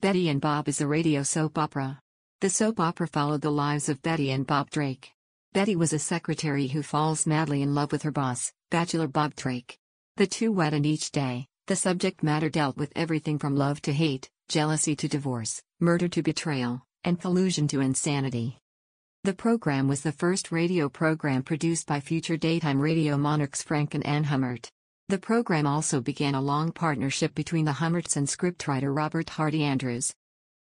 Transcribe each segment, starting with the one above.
Betty and Bob is a radio soap opera. The soap opera followed the lives of Betty and Bob Drake. Betty was a secretary who falls madly in love with her boss, bachelor Bob Drake. The two wed, and each day, the subject matter dealt with everything from love to hate, jealousy to divorce, murder to betrayal, and collusion to insanity. The program was the first radio program produced by future daytime radio monarchs Frank and Ann Hummert. The program also began a long partnership between the Hummerts and scriptwriter Robert Hardy Andrews.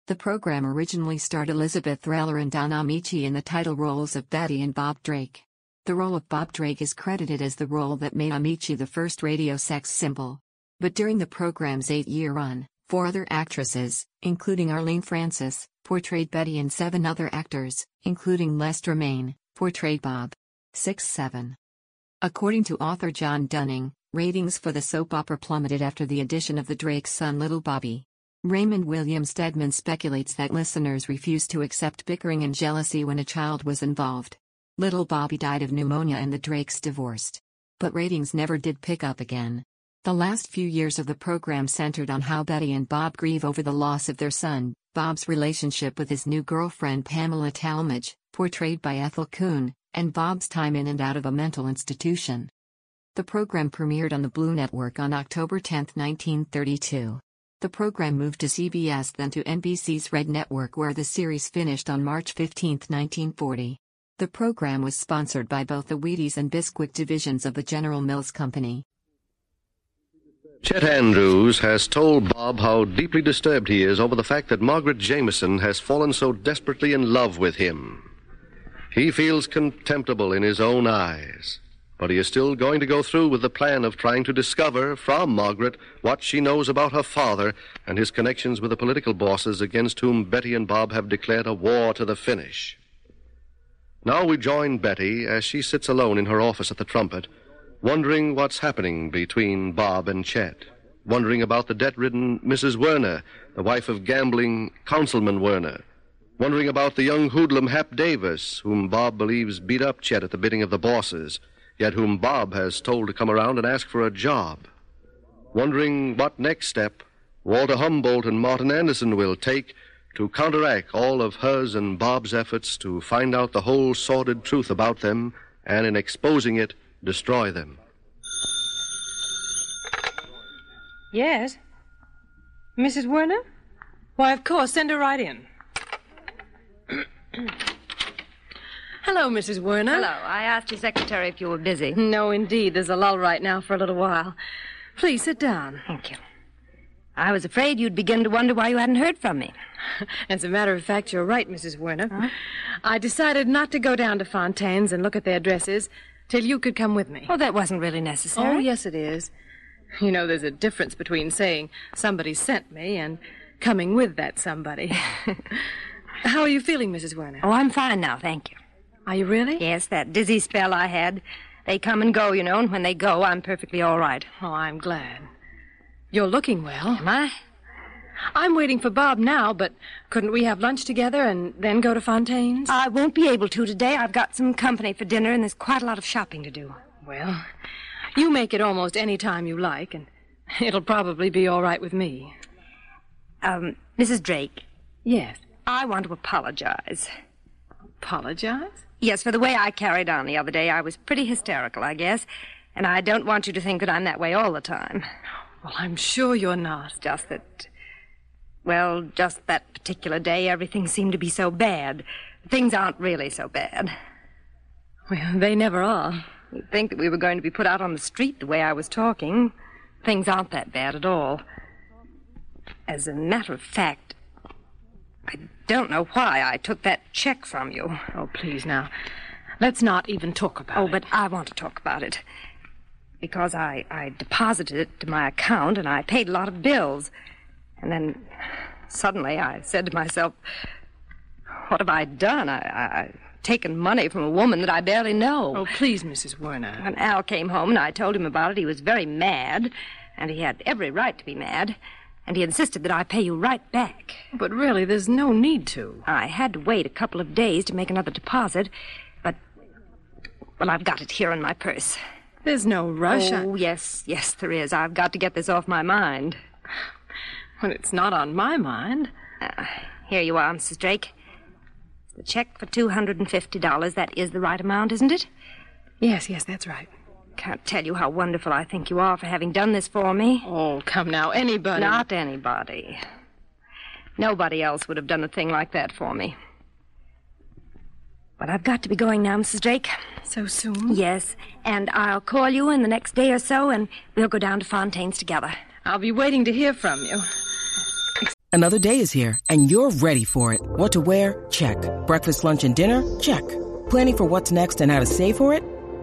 The program originally starred Elizabeth Thriller and Don Amici in the title roles of Betty and Bob Drake. The role of Bob Drake is credited as the role that made Amici the first radio sex symbol. But during the program's eight year run, four other actresses, including Arlene Francis, portrayed Betty, and seven other actors, including Lester Main, portrayed Bob. 6 7. According to author John Dunning, ratings for the soap opera plummeted after the addition of the Drake's son Little Bobby. Raymond William Stedman speculates that listeners refused to accept bickering and jealousy when a child was involved. Little Bobby died of pneumonia and the Drakes divorced. But ratings never did pick up again. The last few years of the program centered on how Betty and Bob grieve over the loss of their son, Bob's relationship with his new girlfriend Pamela Talmadge, portrayed by Ethel Kuhn, and Bob's time in and out of a mental institution. The program premiered on the Blue Network on October 10, 1932. The program moved to CBS then to NBC's Red Network, where the series finished on March 15, 1940. The program was sponsored by both the Wheaties and Bisquick divisions of the General Mills Company. Chet Andrews has told Bob how deeply disturbed he is over the fact that Margaret Jameson has fallen so desperately in love with him. He feels contemptible in his own eyes, but he is still going to go through with the plan of trying to discover from Margaret what she knows about her father and his connections with the political bosses against whom Betty and Bob have declared a war to the finish. Now we join Betty as she sits alone in her office at the Trumpet wondering what's happening between Bob and Chet, wondering about the debt ridden Mrs. Werner, the wife of gambling Councilman Werner, wondering about the young hoodlum Hap Davis, whom Bob believes beat up Chet at the bidding of the bosses, yet whom Bob has told to come around and ask for a job, wondering what next step Walter Humboldt and Martin Anderson will take to counteract all of hers and Bob's efforts to find out the whole sordid truth about them and in exposing it destroy them. Yes. Mrs. Werner? Why, of course, send her right in. Hello, Mrs. Werner. Hello. I asked your secretary if you were busy. Hmm. No, indeed. There's a lull right now for a little while. Please sit down. Thank you. I was afraid you'd begin to wonder why you hadn't heard from me. As a matter of fact, you're right, Mrs. Werner. I decided not to go down to Fontaine's and look at their dresses till you could come with me. Oh, that wasn't really necessary. Oh, yes, it is. You know, there's a difference between saying somebody sent me and coming with that somebody. How are you feeling, Mrs. Werner? Oh, I'm fine now, thank you. Are you really? Yes, that dizzy spell I had. They come and go, you know, and when they go, I'm perfectly all right. Oh, I'm glad. You're looking well. Am I? I'm waiting for Bob now, but couldn't we have lunch together and then go to Fontaine's? I won't be able to today. I've got some company for dinner, and there's quite a lot of shopping to do. Well, you make it almost any time you like, and it'll probably be all right with me. Um, Mrs. Drake, Yes. I want to apologize. Apologize? Yes, for the way I carried on the other day. I was pretty hysterical, I guess. And I don't want you to think that I'm that way all the time. Well, I'm sure you're not. Just that. Well, just that particular day, everything seemed to be so bad. Things aren't really so bad. Well, they never are. You'd think that we were going to be put out on the street the way I was talking. Things aren't that bad at all. As a matter of fact, I don't know why I took that check from you. Oh, please now. Let's not even talk about Oh, it. but I want to talk about it. Because I, I deposited it to my account and I paid a lot of bills. And then suddenly I said to myself, What have I done? I, I, I've taken money from a woman that I barely know. Oh, please, Mrs. Werner. When Al came home and I told him about it, he was very mad, and he had every right to be mad, and he insisted that I pay you right back. But really, there's no need to. I had to wait a couple of days to make another deposit, but. Well, I've got it here in my purse. There's no rush. I- Oh, yes, yes, there is. I've got to get this off my mind. When it's not on my mind. Here you are, Mrs. Drake. The check for $250. That is the right amount, isn't it? Yes, yes, that's right. Can't tell you how wonderful I think you are for having done this for me. Oh, come now, anybody. Not anybody. Nobody else would have done a thing like that for me. But I've got to be going now, Mrs. Drake. so soon. Yes, and I'll call you in the next day or so, and we'll go down to Fontaine's together. I'll be waiting to hear from you. Another day is here, and you're ready for it. What to wear? Check. Breakfast, lunch, and dinner? Check. Planning for what's next and how to save for it?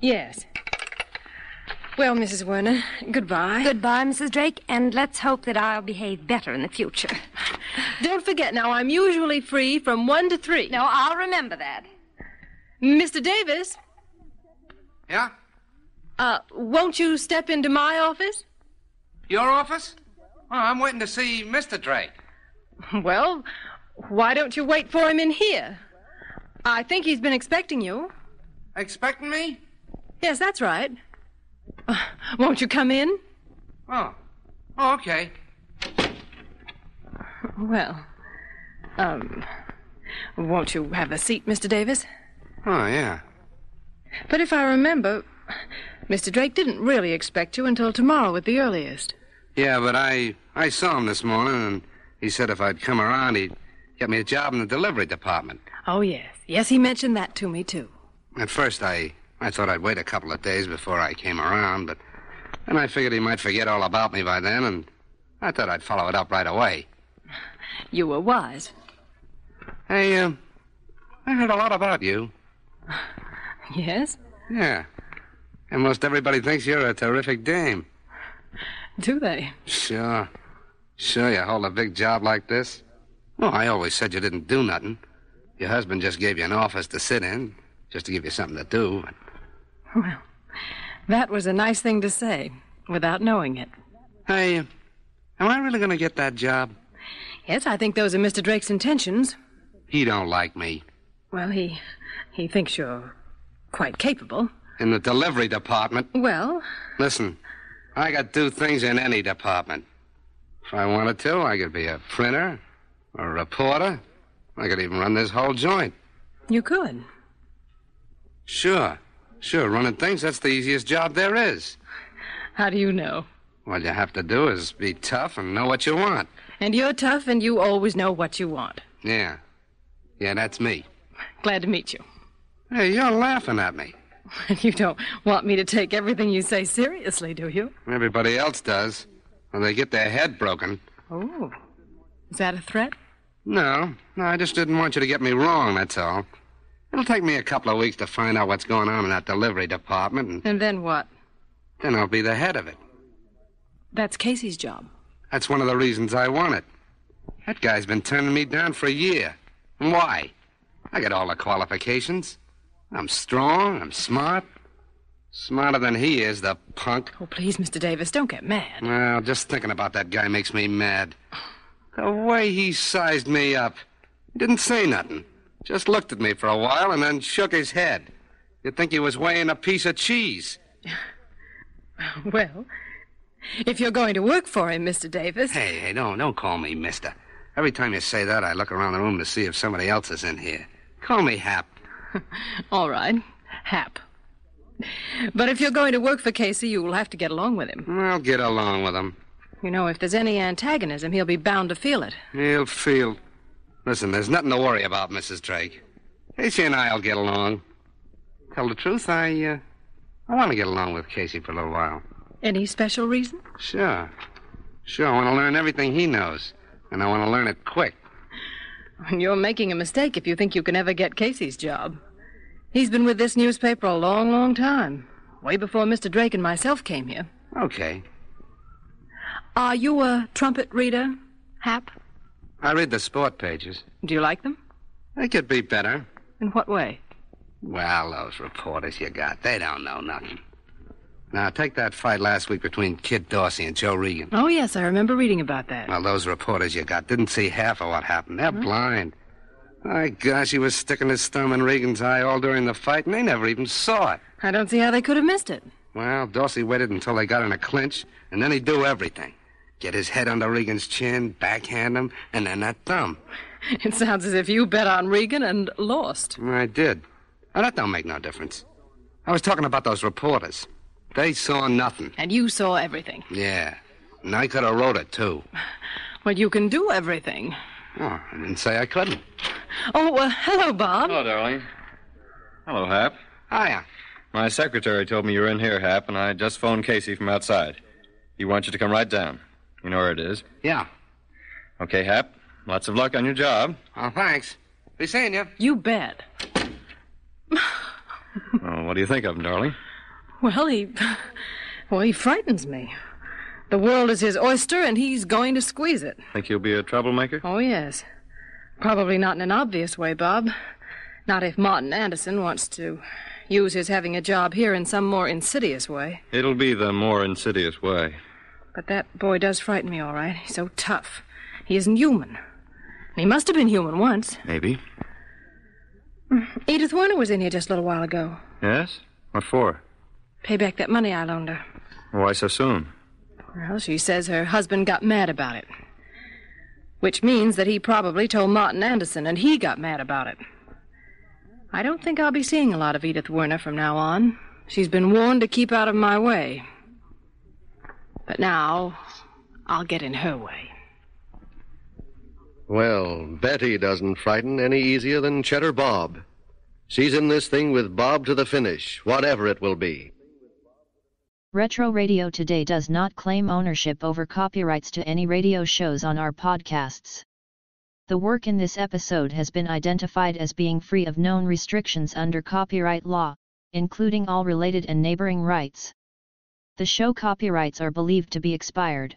Yes. Well, Mrs. Werner, goodbye. Goodbye, Mrs. Drake, and let's hope that I'll behave better in the future. Don't forget now, I'm usually free from one to three. No, I'll remember that. Mr. Davis, Yeah? uh, won't you step into my office? Your office? Oh, I'm waiting to see Mr. Drake. Well, why don't you wait for him in here? I think he's been expecting you. Expecting me? Yes, that's right. Uh, won't you come in? Oh. Oh, okay. Well, um, won't you have a seat, Mr. Davis? Oh, yeah. But if I remember, Mr. Drake didn't really expect you until tomorrow at the earliest. Yeah, but I I saw him this morning, and he said if I'd come around, he'd get me a job in the delivery department. Oh, yes. Yes, he mentioned that to me, too. At first, I I thought I'd wait a couple of days before I came around, but then I figured he might forget all about me by then, and I thought I'd follow it up right away. You were wise. Hey, uh, I heard a lot about you. Yes? Yeah. And most everybody thinks you're a terrific dame. Do they? Sure. Sure, you hold a big job like this. Well, I always said you didn't do nothing. Your husband just gave you an office to sit in, just to give you something to do. But, Well, that was a nice thing to say without knowing it. hey, am I really going to get that job? Yes, I think those are Mr. Drake's intentions. He don't like me. Well, he he thinks you're quite capable. In the delivery department. Well, Listen, I could do things in any department. If I wanted to, I could be a printer or a reporter. I could even run this whole joint. you could. Sure. Sure, running things, that's the easiest job there is. How do you know? All you have to do is be tough and know what you want. And you're tough and you always know what you want. Yeah. Yeah, that's me. Glad to meet you. Hey, you're laughing at me. You don't want me to take everything you say seriously, do you? Everybody else does. When they get their head broken. Oh. Is that a threat? No, no, I just didn't want you to get me wrong, that's all. It'll take me a couple of weeks to find out what's going on in that delivery department, and And then what? then I'll be the head of it. That's Casey's job. That's one of the reasons I want it. That guy's been turning me down for a year. And why? I got all the qualifications. I'm strong, I'm smart. Smarter than he is, the punk. Oh, please, Mr. Davis, don't get mad. Well, just thinking about that guy makes me mad. The way he sized me up. He didn't say nothing. Just looked at me for a while and then shook his head. You'd think he was weighing a piece of cheese. Well, if you're going to work for him, Mr. Davis. Hey, hey, don't, don't call me mister. Every time you say that, I look around the room to see if somebody else is in here. Call me Hap. All right. Hap. But if you're going to work for Casey, you'll have to get along with him. I'll get along with him. You know, if there's any antagonism, he'll be bound to feel it. He'll feel. Listen, there's nothing to worry about, Mrs. Drake. Casey and I'll get along. Tell the truth, I, uh, I want to get along with Casey for a little while. Any special reason? Sure. Sure, I want to learn everything he knows, and I want to learn it quick. You're making a mistake if you think you can ever get Casey's job. He's been with this newspaper a long, long time, way before Mr. Drake and myself came here. Okay. Are you a trumpet reader? Hap? I read the sport pages. Do you like them? They could be better. In what way? Well, those reporters you got, they don't know nothing. Now, take that fight last week between Kid Dorsey and Joe Regan. Oh, yes, I remember reading about that. Well, those reporters you got didn't see half of what happened. They're blind. My gosh, he was sticking his thumb in Regan's eye all during the fight, and they never even saw it. I don't see how they could have missed it. Well, Dorsey waited until they got in a clinch, and then he'd do everything. Get his head under Regan's chin, backhand him, and then that thumb. It sounds as if you bet on Regan and lost. I did. Now, that don't make no difference. I was talking about those reporters. They saw nothing. And you saw everything. Yeah. And I could have wrote it, too. Well, you can do everything. Oh, I didn't say I couldn't. Oh, well, hello, Bob. Hello, darling. Hello, Hap. Hiya. My secretary told me you were in here, Hap, and I just phoned Casey from outside. He wants you to come right down. You know where it is. Yeah. Okay, Hap. Lots of luck on your job. Well, Oh, thanks. Be seeing you. You bet. Oh, what do you think of him, darling? Well, he. Well, he frightens me. The world is his oyster, and he's going to squeeze it. Think he'll be a troublemaker? Oh, yes. Probably not in an obvious way, Bob. Not if Martin Anderson wants to use his having a job here in some more insidious way. It'll be the more insidious way. But that boy does frighten me, all right. He's so tough. He isn't human. He must have been human once. Maybe. Edith Werner was in here just a little while ago. Yes? What for? Pay back that money I loaned her. Why so soon? Well, she says her husband got mad about it. Which means that he probably told Martin Anderson, and he got mad about it. I don't think I'll be seeing a lot of Edith Werner from now on. She's been warned to keep out of my way. But now, I'll get in her way. Well, Betty doesn't frighten any easier than Cheddar Bob. She's in this thing with Bob to the finish, whatever it will be. Retro Radio Today does not claim ownership over copyrights to any radio shows on our podcasts. The work in this episode has been identified as being free of known restrictions under copyright law, including all related and neighboring rights. The show copyrights are believed to be expired.